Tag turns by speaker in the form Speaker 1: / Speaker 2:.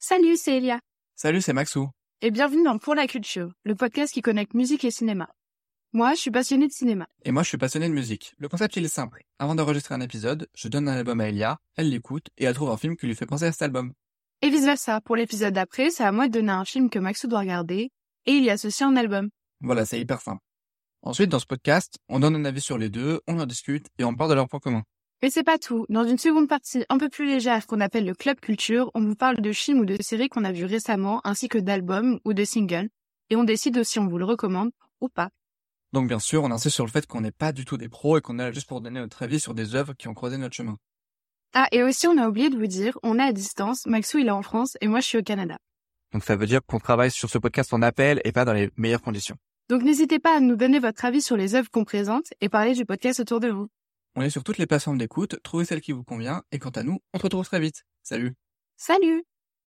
Speaker 1: Salut, c'est Elia
Speaker 2: Salut, c'est Maxou.
Speaker 1: et bienvenue dans Pour la Culture, le podcast qui connecte musique et cinéma. Moi, je suis passionnée de cinéma.
Speaker 2: Et moi, je suis passionné de musique. Le concept, il est simple. Avant d'enregistrer un épisode, je donne un album à Elia, elle l'écoute et elle trouve un film qui lui fait penser à cet album.
Speaker 1: Et vice-versa, pour l'épisode d'après, c'est à moi de donner un film que Maxou doit regarder et il y associe un album.
Speaker 2: Voilà, c'est hyper simple. Ensuite, dans ce podcast, on donne un avis sur les deux, on en discute et on parle de leurs points communs.
Speaker 1: Mais c'est pas tout. Dans une seconde partie un peu plus légère qu'on appelle le Club Culture, on vous parle de films ou de séries qu'on a vus récemment, ainsi que d'albums ou de singles, et on décide si on vous le recommande ou pas.
Speaker 2: Donc, bien sûr, on insiste sur le fait qu'on n'est pas du tout des pros et qu'on est là juste pour donner notre avis sur des œuvres qui ont croisé notre chemin.
Speaker 1: Ah, et aussi, on a oublié de vous dire, on est à distance, Maxou il est en France et moi je suis au Canada.
Speaker 2: Donc, ça veut dire qu'on travaille sur ce podcast en appel et pas dans les meilleures conditions.
Speaker 1: Donc n'hésitez pas à nous donner votre avis sur les œuvres qu'on présente et parler du podcast autour de vous.
Speaker 2: On est sur toutes les plateformes d'écoute, trouvez celle qui vous convient et quant à nous, on se retrouve très vite. Salut!
Speaker 1: Salut